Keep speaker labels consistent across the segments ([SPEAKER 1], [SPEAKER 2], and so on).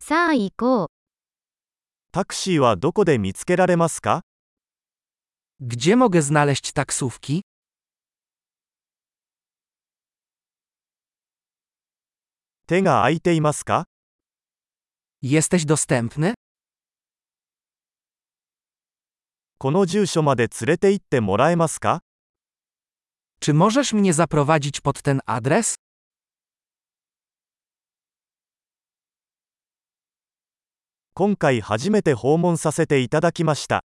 [SPEAKER 1] さあ行こう。
[SPEAKER 2] タクシーはどこで見つけられますか
[SPEAKER 3] Gdzie mogę znaleźć taksówki?
[SPEAKER 2] 手が空いていますか
[SPEAKER 3] Jesteś dostępny?
[SPEAKER 2] この住所まで連れて行ってもらえますか
[SPEAKER 3] Czy możesz mnie zaprowadzić pod ten adres?
[SPEAKER 2] 今回初めて訪問させていただきました。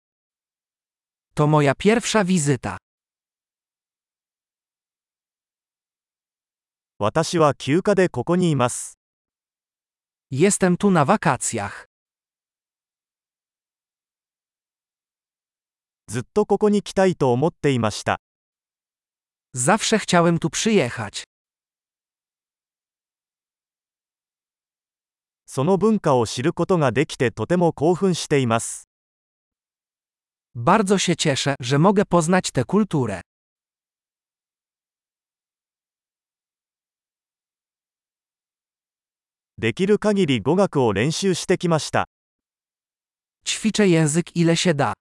[SPEAKER 3] To moja pierwsza wizyta.
[SPEAKER 2] 私は休暇でここにいます。
[SPEAKER 3] Jestem tu na wakacjach.
[SPEAKER 2] ずっとここに来たいと思っていました。
[SPEAKER 3] Zawsze chciałem tu przyjechać.
[SPEAKER 2] その文化を知ることができてとても興奮しています。
[SPEAKER 3] Bardzo się cieszę, że mogę poznać tę kulturę.
[SPEAKER 2] できる限り語学を練習してきました。
[SPEAKER 3] Ćwiczę język ile się da.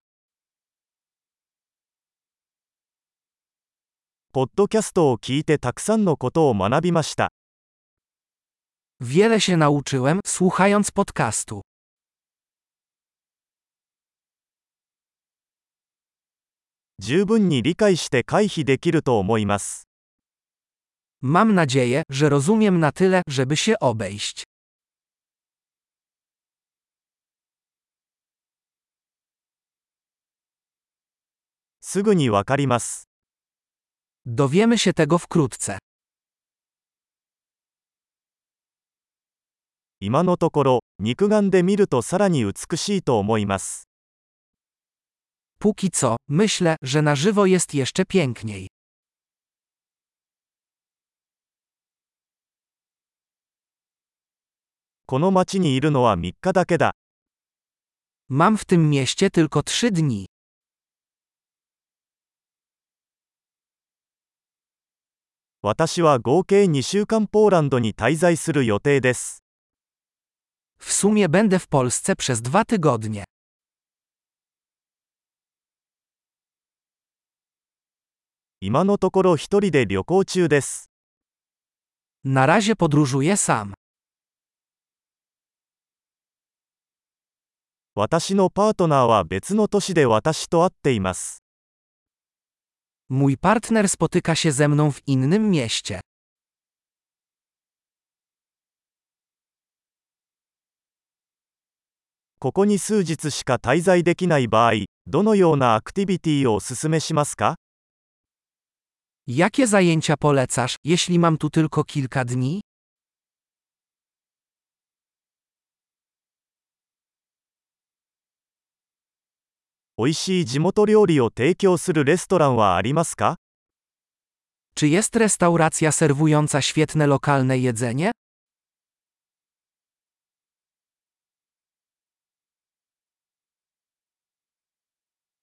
[SPEAKER 2] ポッドキャストを聞いてたくさんのことを学びました。
[SPEAKER 3] Wiele się nauczyłem, słuchając podcastu.
[SPEAKER 2] 十分に理解して回避できると思います。
[SPEAKER 3] Mam nadzieję, że rozumiem na tyle, żeby się obejść.
[SPEAKER 2] すぐにわかります。
[SPEAKER 3] Dowiemy się tego wkrótce.
[SPEAKER 2] 今のところ、肉眼で見るとさらに美しいと思います。
[SPEAKER 3] Póki co, myślę, że na żywo jest jeszcze piękniej.
[SPEAKER 2] この町にいるのは3日だけだ。
[SPEAKER 3] Mam w tym mieście tylko trzy dni.
[SPEAKER 2] 私は合計2週間ポーランドに滞在する予定です。
[SPEAKER 3] W sumie będę w Polsce przez dwa tygodnie.
[SPEAKER 2] 今のところ一人で旅行中です。
[SPEAKER 3] Na razie podróżuję sam.
[SPEAKER 2] 私のパートナーは別の都市で私と会っています。
[SPEAKER 3] Mój partner spotyka się ze mną w innym mieście.
[SPEAKER 2] ここに数日しか滞在できない場合、どのようなアクティビティをお勧めしますか
[SPEAKER 3] Jakie zajęcia polecasz, jeśli mam tu tylko kilka dni?
[SPEAKER 2] 美味しい地元料理を提供するレストランはありますか
[SPEAKER 3] Czy jest restauracja serwująca świetne lokalne jedzenie?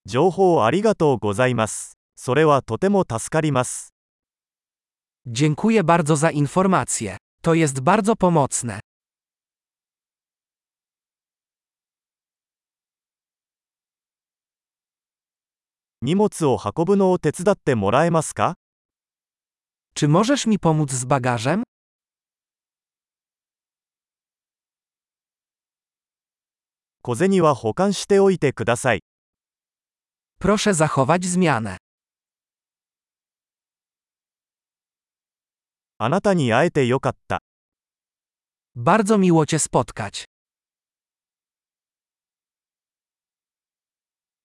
[SPEAKER 2] 情報ありがとうございます。それはとても助かります。
[SPEAKER 3] Dziękuję bardzo za informację. To jest bardzo pomocne.
[SPEAKER 2] 荷物を運ぶのを手伝ってもらえますか
[SPEAKER 3] Czy możesz mi pomóc z bagażem?
[SPEAKER 2] 小銭は保管しておいてください。
[SPEAKER 3] Proszę zachować zmianę.
[SPEAKER 2] あなたに会えてよかった。
[SPEAKER 3] Bardzo miło Cię spotkać.